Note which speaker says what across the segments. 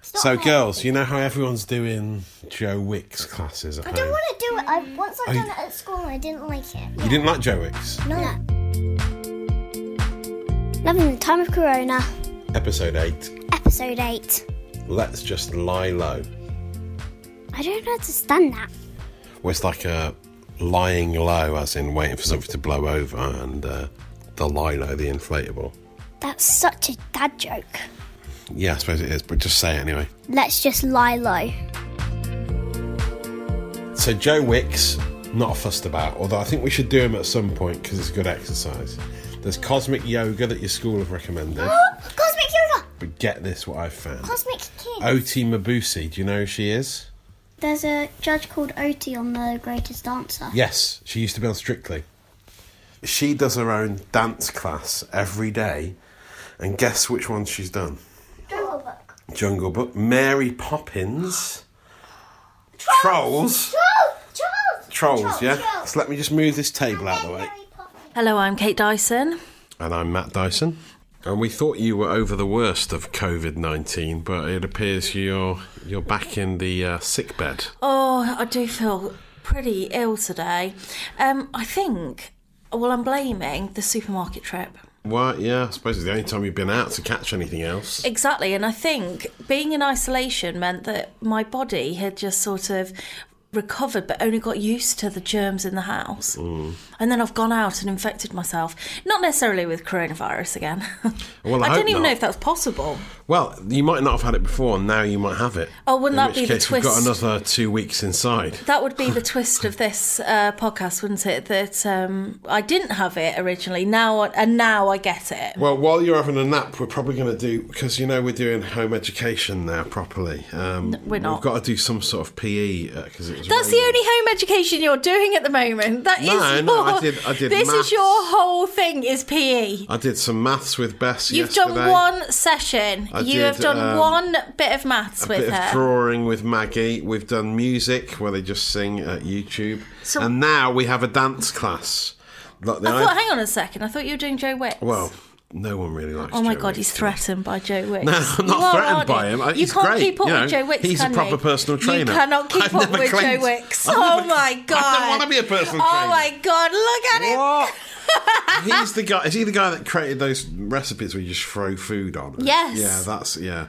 Speaker 1: Stop
Speaker 2: So,
Speaker 1: it.
Speaker 2: girls, you know how everyone's doing Joe Wicks classes at
Speaker 1: I
Speaker 2: home?
Speaker 1: don't want to do it. I once I've
Speaker 2: I-
Speaker 1: done it at school and I didn't like it.
Speaker 2: You didn't like Joe Wicks?
Speaker 1: No. Loving the time of Corona,
Speaker 2: Episode 8
Speaker 1: episode eight.
Speaker 2: Let's Just Lie Low.
Speaker 1: I don't understand that.
Speaker 2: Well, it's like a lying low, as in waiting for something to blow over, and uh, the Lilo, the inflatable.
Speaker 1: That's such a dad joke.
Speaker 2: Yeah, I suppose it is, but just say it anyway.
Speaker 1: Let's just lie low.
Speaker 2: So, Joe Wicks, not fussed about, although I think we should do him at some point because it's good exercise. There's cosmic yoga that your school have recommended,
Speaker 1: Cosmic yoga.
Speaker 2: but get this what I've found.
Speaker 1: Cosmic kid.
Speaker 2: Oti Mabusi, do you know who she is?
Speaker 1: There's a judge called Oti on The Greatest Dancer.
Speaker 2: Yes, she used to be on Strictly. She does her own dance class every day, and guess which one she's done?
Speaker 1: Jungle Book.
Speaker 2: Jungle Book, Mary Poppins, Trolls,
Speaker 1: Trolls.
Speaker 2: Trolls. Yeah. So let me just move this table out of the way.
Speaker 3: Hello, I'm Kate Dyson.
Speaker 2: And I'm Matt Dyson. And we thought you were over the worst of COVID nineteen, but it appears you're you're back in the uh, sick bed.
Speaker 3: Oh, I do feel pretty ill today. Um, I think, well, I'm blaming the supermarket trip.
Speaker 2: Well, yeah, I suppose it's the only time you've been out to catch anything else.
Speaker 3: Exactly, and I think being in isolation meant that my body had just sort of recovered but only got used to the germs in the house. And then I've gone out and infected myself, not necessarily with coronavirus again.
Speaker 2: Well, I
Speaker 3: don't
Speaker 2: hope
Speaker 3: even know
Speaker 2: not.
Speaker 3: if that was possible.
Speaker 2: Well, you might not have had it before, and now you might have it.
Speaker 3: Oh, wouldn't that
Speaker 2: in
Speaker 3: be
Speaker 2: which
Speaker 3: the
Speaker 2: case We've got
Speaker 3: twist?
Speaker 2: another two weeks inside.
Speaker 3: That would be the twist of this uh, podcast, wouldn't it? That um, I didn't have it originally, now and now I get it.
Speaker 2: Well, while you're having a nap, we're probably going to do because you know we're doing home education now properly. Um,
Speaker 3: we're not.
Speaker 2: We've got to do some sort of PE because it was.
Speaker 3: That's the
Speaker 2: raining.
Speaker 3: only home education you're doing at the moment. That is
Speaker 2: No,
Speaker 3: your,
Speaker 2: no, I did- I did
Speaker 3: This
Speaker 2: maths.
Speaker 3: is your whole thing is PE.
Speaker 2: I did some maths with Bess.
Speaker 3: You've
Speaker 2: yesterday,
Speaker 3: done one session.
Speaker 2: I
Speaker 3: you
Speaker 2: did,
Speaker 3: have done
Speaker 2: um,
Speaker 3: one bit of maths
Speaker 2: A
Speaker 3: with
Speaker 2: bit
Speaker 3: her.
Speaker 2: of drawing with Maggie. We've done music where they just sing at YouTube,
Speaker 3: So-
Speaker 2: and now we have a dance class. Like the
Speaker 3: I thought,
Speaker 2: I-
Speaker 3: hang on a second. I thought you were doing Joe Wicks.
Speaker 2: well, no one really likes.
Speaker 3: Oh my
Speaker 2: Joe
Speaker 3: god,
Speaker 2: Wicks,
Speaker 3: he's
Speaker 2: do they?
Speaker 3: threatened by Joe Wicks.
Speaker 2: No, I'm not
Speaker 3: You are,
Speaker 2: threatened
Speaker 3: aren't
Speaker 2: by
Speaker 3: you?
Speaker 2: him. I-
Speaker 3: You
Speaker 2: he's
Speaker 3: can't
Speaker 2: great,
Speaker 3: keep up
Speaker 2: you know.
Speaker 3: with Joe Wicks.
Speaker 2: He's a
Speaker 3: can
Speaker 2: proper
Speaker 3: you?
Speaker 2: personal
Speaker 3: You
Speaker 2: trainer.
Speaker 3: cannot keep
Speaker 2: I've
Speaker 3: up
Speaker 2: never
Speaker 3: with
Speaker 2: claimed-
Speaker 3: Joe Wicks.
Speaker 2: I've
Speaker 3: oh
Speaker 2: never- I
Speaker 3: my
Speaker 2: don't
Speaker 3: god.
Speaker 2: wanna be a personal
Speaker 3: Oh
Speaker 2: trainer.
Speaker 3: my god, look at him.
Speaker 2: What? He's the guy. Is he the guy that created those recipes where you just throw food on?
Speaker 3: Yes.
Speaker 2: Yeah, that's yeah.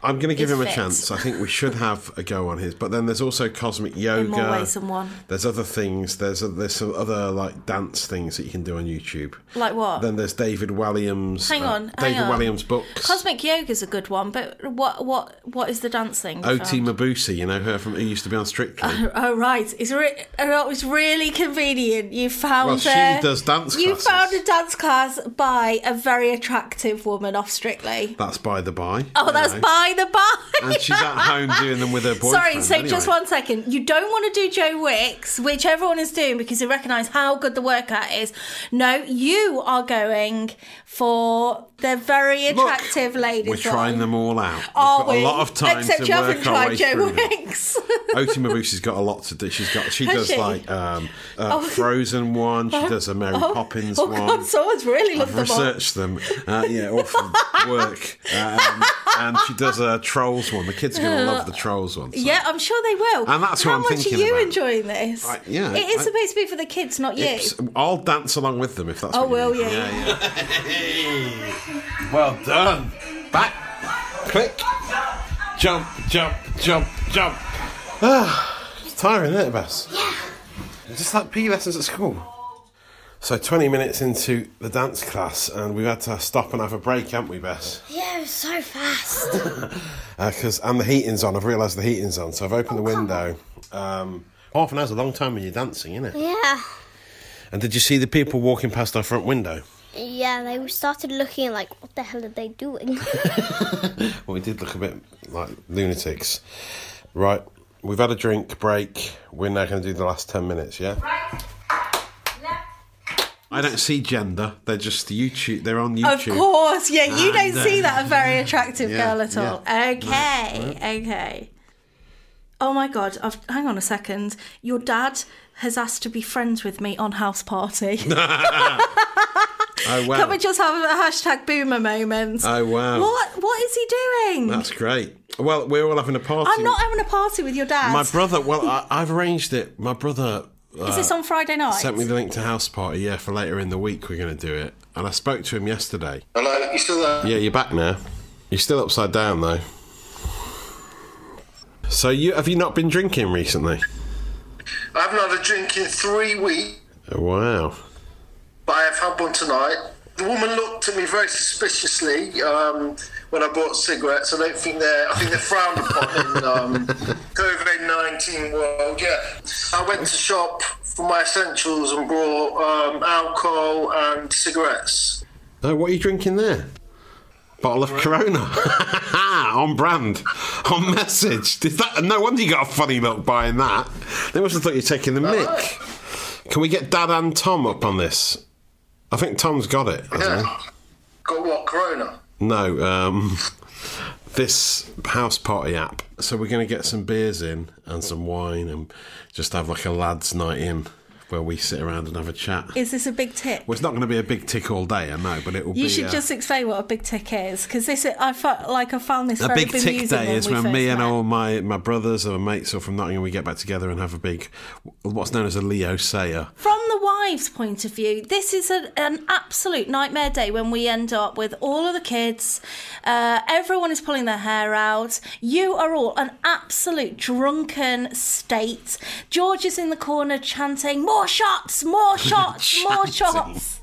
Speaker 2: I'm going to give
Speaker 3: It's
Speaker 2: him a
Speaker 3: fit.
Speaker 2: chance. I think we should have a go on his. But then there's also cosmic yoga.
Speaker 3: more ways than one.
Speaker 2: There's other things. There's there's some other like dance things that you can do on YouTube.
Speaker 3: Like what?
Speaker 2: Then there's David Walliams. uh,
Speaker 3: Hang on, hang
Speaker 2: David
Speaker 3: on.
Speaker 2: Walliams books.
Speaker 3: Cosmic yoga's a good one, but what what what is the dance thing? you
Speaker 2: Ot
Speaker 3: found?
Speaker 2: Mabusi, you know her from who used to be on Strictly.
Speaker 3: Oh right, it's re- oh, it was really convenient. You found
Speaker 2: Well, she
Speaker 3: a-
Speaker 2: does dance
Speaker 3: You
Speaker 2: classes.
Speaker 3: found a dance class by a very attractive woman off Strictly.
Speaker 2: that's by the by.
Speaker 3: Oh,
Speaker 2: you
Speaker 3: that's
Speaker 2: know.
Speaker 3: by the by.
Speaker 2: And she's at home doing them with her boyfriend.
Speaker 3: Sorry, so
Speaker 2: anyway.
Speaker 3: just one second. You don't want to do Joe Wicks, which everyone is doing because they recognise how good the workout is. No, you are going for the very
Speaker 2: Look,
Speaker 3: attractive ladies.
Speaker 2: We're trying them all out. We've
Speaker 3: Are
Speaker 2: got
Speaker 3: we?
Speaker 2: a lot of time
Speaker 3: Except
Speaker 2: to
Speaker 3: you
Speaker 2: work
Speaker 3: haven't
Speaker 2: our
Speaker 3: tried
Speaker 2: way
Speaker 3: Joe
Speaker 2: through them.
Speaker 3: Wicks.
Speaker 2: Oti Mabusi's got a lot to do. She's got she
Speaker 3: Has
Speaker 2: does
Speaker 3: she?
Speaker 2: like um, a
Speaker 3: Oh.
Speaker 2: Frozen one. She does a Mary Poppins
Speaker 3: oh,
Speaker 2: one.
Speaker 3: God, someone's really
Speaker 2: I've
Speaker 3: loved them all.
Speaker 2: researched them. Uh, yeah, all from work. Um, and she does a Trolls one. The kids are going to love the Trolls one. so-
Speaker 3: Yeah, I'm sure they will.
Speaker 2: And that's what
Speaker 3: How
Speaker 2: I'm
Speaker 3: much
Speaker 2: thinking
Speaker 3: are you
Speaker 2: about.
Speaker 3: enjoying this?
Speaker 2: I- yeah,
Speaker 3: it is
Speaker 2: I-
Speaker 3: supposed to be for the kids, not you.
Speaker 2: It's- I'll dance along with them if that's.
Speaker 3: Oh,
Speaker 2: what you
Speaker 3: will
Speaker 2: mean.
Speaker 3: you?
Speaker 2: Yeah, yeah. well done. Back, click, jump, jump, jump, jump. Ah, it's tiring, isn't it, Bess? Yeah. Just like PE lessons at school. So twenty minutes into the dance class, and we've had to stop and have a break, haven't we, Bess?
Speaker 1: Yeah, it was so fast.
Speaker 2: Because and Uh, the heating's on. I've realised the heating's on, so I've opened the
Speaker 3: Oh,
Speaker 2: window. Um, half an hour's a long time when you're dancing, isn't it?
Speaker 1: yeah.
Speaker 2: And did you see the people walking past our front window?
Speaker 1: Yeah, they started looking like, what the hell are they doing?
Speaker 2: Well, we did look a bit like lunatics. Right, we've had a drink break. We're now going to do the last 10 minutes, yeah? I don't see gender. They're just YouTube. They're on
Speaker 3: Of
Speaker 2: YouTube.
Speaker 3: course, yeah, you
Speaker 2: And,
Speaker 3: don't see
Speaker 2: uh,
Speaker 3: that a very attractive
Speaker 2: yeah,
Speaker 3: girl at all.
Speaker 2: yeah.
Speaker 3: Okay, okay. Oh my god, I've, hang on a second. Your dad has asked to be friends with me on house party.
Speaker 2: Oh, wow.
Speaker 3: Can we just have a hashtag boomer moment?
Speaker 2: Oh, wow.
Speaker 3: What What is he doing?
Speaker 2: That's great. Well, we're all having a party.
Speaker 3: I'm not having a party with your dad.
Speaker 2: My brother. Well, I, I've arranged it. My brother. uh,
Speaker 3: Is this on Friday night?
Speaker 2: Sent me the link to house party. Yeah, for later in the week we're going to do it. And I spoke to him yesterday.
Speaker 4: Hello, you still there?
Speaker 2: Yeah, you're back now. You're still upside down though. So you have you not been drinking recently?
Speaker 4: I haven't had a drink in three weeks,
Speaker 2: Oh, wow.
Speaker 4: but I have had one tonight. The woman looked at me very suspiciously um, when I bought cigarettes. I don't think they're. I think they're frowned upon in um, COVID nineteen world. Yeah, I went to shop for my essentials and bought um, alcohol and cigarettes.
Speaker 2: Oh, what are you drinking there? Bottle of Corona. on brand. On message. Did that no wonder you got a funny look buying that. They must have thought you're taking the mick. Can we get Dad and Tom up on this? I think Tom's got it. hasn't he?
Speaker 4: Yeah. Got what? Corona.
Speaker 2: No, um, this house party app. So we're going to get some beers in and some wine and just have like a lads' night in where we sit around and have a chat.
Speaker 3: Is this a big tick?
Speaker 2: Well, it's not going to be a big tick all day, I know, but it will be.
Speaker 3: You should
Speaker 2: uh,
Speaker 3: just explain what a big tick is, because this I felt like I found this
Speaker 2: a
Speaker 3: very
Speaker 2: big tick
Speaker 3: bemusing
Speaker 2: day is
Speaker 3: we
Speaker 2: when
Speaker 3: first
Speaker 2: me and
Speaker 3: met.
Speaker 2: all my, my brothers and my mates are from Nottingham, we get back together and have a big, what's known as a Leo Sayer.
Speaker 3: From the wives' point of view, this is a, an absolute nightmare day when we end up with all of the kids. Uh, everyone is pulling their hair out. You are all an absolute drunken state. George is in the corner chanting, "More shots! More shots! more shots!"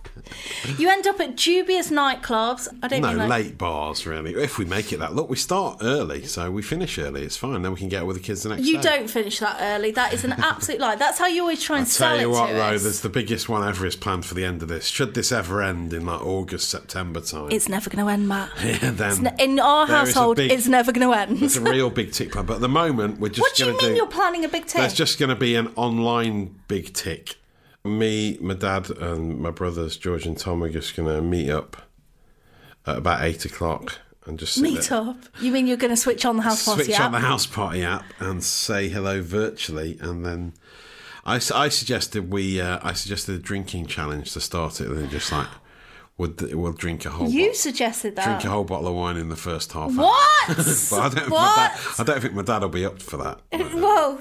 Speaker 3: You end up at dubious nightclubs. I don't
Speaker 2: No,
Speaker 3: mean like
Speaker 2: late bars, really. If we make it that. Look, we start early, so we finish early. It's fine. Then we can get out with the kids the next day.
Speaker 3: You don't finish that early. That is an absolute lie. That's how you always try and sell
Speaker 2: Tell you
Speaker 3: it
Speaker 2: what,
Speaker 3: to
Speaker 2: though,
Speaker 3: us.
Speaker 2: there's the biggest one ever is planned for the end of this. Should this ever end in like August, September time,
Speaker 3: It's never going to end, Matt.
Speaker 2: then
Speaker 3: In our
Speaker 2: there is a
Speaker 3: household,
Speaker 2: big-
Speaker 3: it's never going to
Speaker 2: it's
Speaker 3: end.
Speaker 2: a real big tick plan. But at the moment, we're just
Speaker 3: What do you
Speaker 2: gonna
Speaker 3: mean you're planning a big tick?
Speaker 2: There's just going to be an online big tick. Me, my dad, and my brothers George and Tom are just going to meet up at about eight o'clock and just sit
Speaker 3: Meet
Speaker 2: there.
Speaker 3: up. You mean you're going to switch on the house party
Speaker 2: switch on
Speaker 3: app?
Speaker 2: the house party app and say hello virtually, and then I, s- I suggested we uh, I suggested a drinking challenge to start it, and then just like would th- we'll drink a whole
Speaker 3: you
Speaker 2: bot-
Speaker 3: suggested that.
Speaker 2: drink a whole bottle of wine in the first half. hour.
Speaker 3: What?
Speaker 2: But I don't,
Speaker 3: what?
Speaker 2: My dad, I don't think my dad will be up for that.
Speaker 3: Whoa.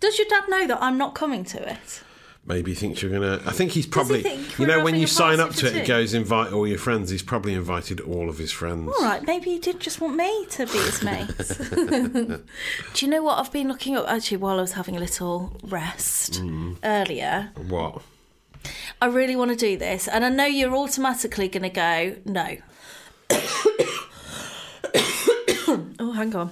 Speaker 3: Does your dad know that I'm not coming to it?
Speaker 2: Maybe he thinks you're gonna. I think he's probably.
Speaker 3: think
Speaker 2: you
Speaker 3: we're
Speaker 2: know, when
Speaker 3: having
Speaker 2: you
Speaker 3: a
Speaker 2: sign
Speaker 3: party
Speaker 2: up
Speaker 3: for
Speaker 2: to it, it
Speaker 3: two?
Speaker 2: goes invite all your friends. He's probably invited all of his friends.
Speaker 3: All right, maybe he did just want me to be his mate. Do you know what I've been looking up actually while I was having a little rest
Speaker 2: Mm.
Speaker 3: earlier?
Speaker 2: What?
Speaker 3: I really want to do this. And I know you're automatically going to go, no. oh, hang on.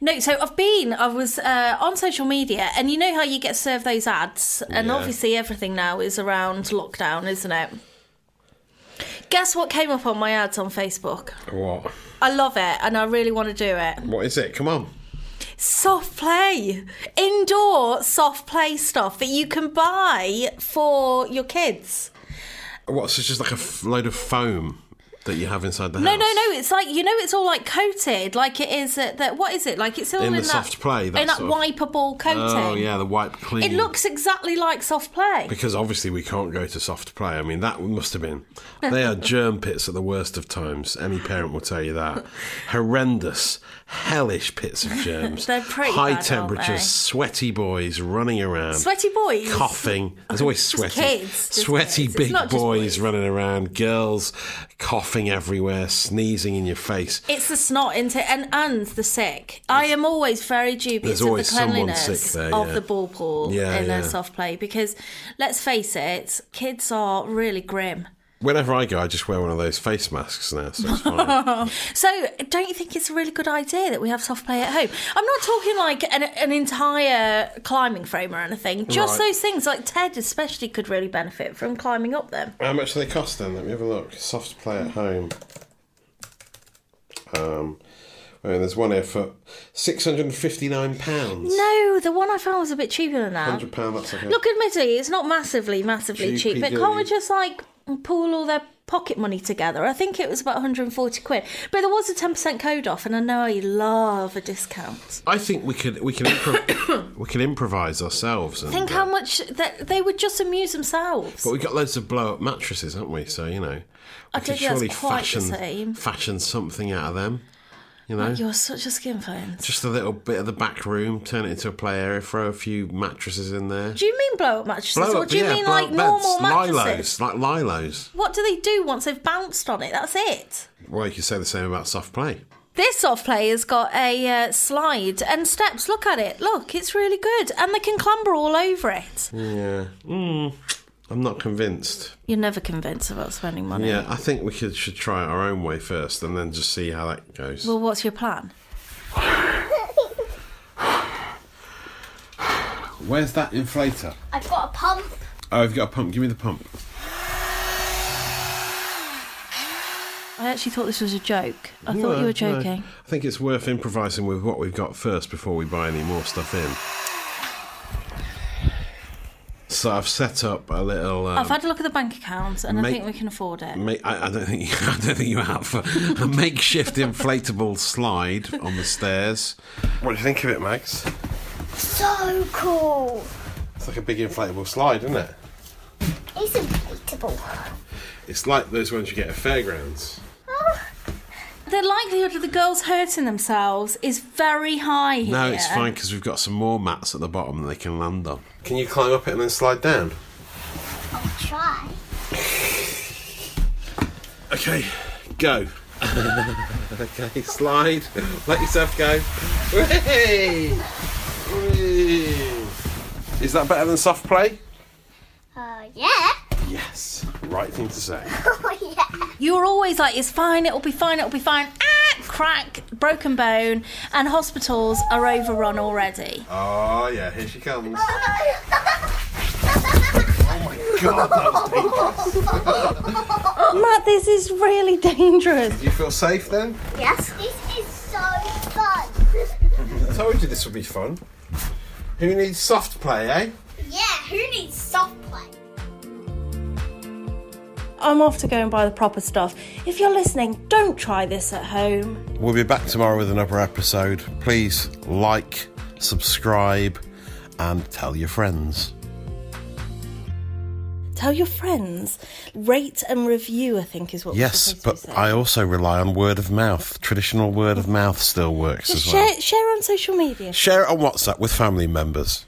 Speaker 3: No, so I've been, I was uh, on social media, and you know how you get served those ads, and
Speaker 2: Yeah.
Speaker 3: obviously everything now is around lockdown, isn't it? Guess what came up on my ads on Facebook?
Speaker 2: What?
Speaker 3: I love it, and I really want to do it.
Speaker 2: What is it? Come on.
Speaker 3: Soft play, indoor soft play stuff that you can buy for your kids.
Speaker 2: What? So it's just like a f- load of foam that you have inside the
Speaker 3: No,
Speaker 2: house.
Speaker 3: no, no. It's like you know, it's all like coated, like it is at that. What is it like? It's all
Speaker 2: In
Speaker 3: in,
Speaker 2: the
Speaker 3: that
Speaker 2: soft play, that
Speaker 3: in that
Speaker 2: sort of-
Speaker 3: wipeable coating.
Speaker 2: Oh yeah, the wipe clean.
Speaker 3: It looks exactly like soft play.
Speaker 2: because obviously we can't go to soft play. I mean, that must have been. They are germ pits at the worst of times. Any parent will tell you that. Horrendous, hellish pits of germs.
Speaker 3: They're pretty
Speaker 2: High
Speaker 3: bad, aren't
Speaker 2: temperatures,
Speaker 3: they?
Speaker 2: sweaty boys running around.
Speaker 3: Sweaty boys.
Speaker 2: Coughing. There's always sweaty,
Speaker 3: Just kids, just
Speaker 2: sweaty
Speaker 3: kids. It's
Speaker 2: big
Speaker 3: not just
Speaker 2: boys,
Speaker 3: boys.
Speaker 2: running around. Girls coughing everywhere, sneezing in your face.
Speaker 3: It's the snot into and and the sick. I am always very
Speaker 2: There's
Speaker 3: dubious of the
Speaker 2: always someone
Speaker 3: cleanliness
Speaker 2: sick there, yeah.
Speaker 3: of the ball pool
Speaker 2: Yeah,
Speaker 3: in
Speaker 2: yeah.
Speaker 3: a soft play because let's face it, kids are really grim.
Speaker 2: Whenever I go, I just wear one of those face masks now, so it's fine.
Speaker 3: So, don't you think it's a really good idea that we have soft play at home? I'm not talking like an, an entire climbing frame or anything. Just
Speaker 2: Right.
Speaker 3: those things, like Ted especially, could really benefit from climbing up them.
Speaker 2: How much do they cost then? Let me have a look. Soft play at home. Um, I mean, there's one here for six hundred and fifty-nine pounds.
Speaker 3: No, the one I found was a bit cheaper than that.
Speaker 2: Hundred pound. That's like a
Speaker 3: Look, admittedly, it's not massively, massively cheap, but
Speaker 2: GPD.
Speaker 3: can't we just like pull all their pocket money together. I think it was about 140 quid, but there was a 10% code off, and I know I love a discount.
Speaker 2: I think we can we can improv- we can improvise ourselves. And,
Speaker 3: Think
Speaker 2: uh,
Speaker 3: how much that they would just amuse themselves.
Speaker 2: But we got loads of blow up mattresses, haven't we? So you know, I
Speaker 3: don't think that's quite the
Speaker 2: fashion
Speaker 3: same.
Speaker 2: fashion something out of them. You know,
Speaker 3: You're such a skin fan.
Speaker 2: just a little bit of the back room, turn it into a play area, throw a few mattresses in there.
Speaker 3: Do you mean blow up mattresses,
Speaker 2: Blow
Speaker 3: or
Speaker 2: up-
Speaker 3: do you
Speaker 2: yeah,
Speaker 3: mean
Speaker 2: blow
Speaker 3: like
Speaker 2: up
Speaker 3: normal
Speaker 2: beds,
Speaker 3: mattresses?
Speaker 2: Lilos, like Lilos.
Speaker 3: What do they do once they've bounced on it? That's it.
Speaker 2: Well, you could say the same about soft play.
Speaker 3: This soft play has got a uh, slide and steps. Look at it. Look, it's really good. And they can clamber all over it.
Speaker 2: Yeah. Mm. I'm not convinced.
Speaker 3: You're never convinced about spending money.
Speaker 2: Yeah, I think we could, should try it our own way first and then just see how that goes.
Speaker 3: Well, what's your plan?
Speaker 2: Where's that inflator?
Speaker 1: I've got a pump.
Speaker 2: Oh, I've got a pump. Give me the pump.
Speaker 3: I actually thought this was a joke. I thought you
Speaker 2: No,
Speaker 3: were joking.
Speaker 2: no. I think it's worth improvising with what we've got first before we buy any more stuff in. So I've set up a little. Um,
Speaker 3: I've had a look at the bank account and I
Speaker 2: Make-
Speaker 3: think we can afford it.
Speaker 2: Ma- I, I don't think I don't think you have a makeshift inflatable slide on the stairs. What do you think of it, Max?
Speaker 1: So cool.
Speaker 2: It's like a big inflatable slide, isn't it?
Speaker 1: It's inflatable.
Speaker 2: It's like those ones you get at fairgrounds.
Speaker 3: The likelihood of the girls hurting themselves is very high here.
Speaker 2: No, it's fine because we've got some more mats at the bottom that they can land on. Can you climb up it and then slide down?
Speaker 1: I'll try.
Speaker 2: Okay, go. okay, slide. Let yourself go. Whee! Whee! Is that better than soft play?
Speaker 1: Uh, yeah.
Speaker 2: Yes. Right thing to say.
Speaker 1: Oh, yeah.
Speaker 3: You're always like, it's fine, it'll be fine, it'll be fine. Ah, crack, broken bone, and hospitals are overrun already.
Speaker 2: Oh yeah, here she comes. God, that was dangerous.
Speaker 3: Matt, this is really dangerous.
Speaker 2: Do you feel safe then?
Speaker 1: yes. This is so fun.
Speaker 2: I told you this would be fun. Who needs soft play, eh?
Speaker 1: yeah, who needs soft play?
Speaker 3: I'm off to go and buy the proper stuff. If you're listening, don't try this at home.
Speaker 2: We'll be back tomorrow with another episode. Please like, subscribe, and tell your friends.
Speaker 3: Tell your friends. Rate and review, I think, is what we're
Speaker 2: Yes,
Speaker 3: supposed
Speaker 2: but
Speaker 3: to be saying.
Speaker 2: I also rely on word of mouth. Traditional word of mouth still works
Speaker 3: Just
Speaker 2: as well.
Speaker 3: share, share on social media.
Speaker 2: Share it on WhatsApp with family members.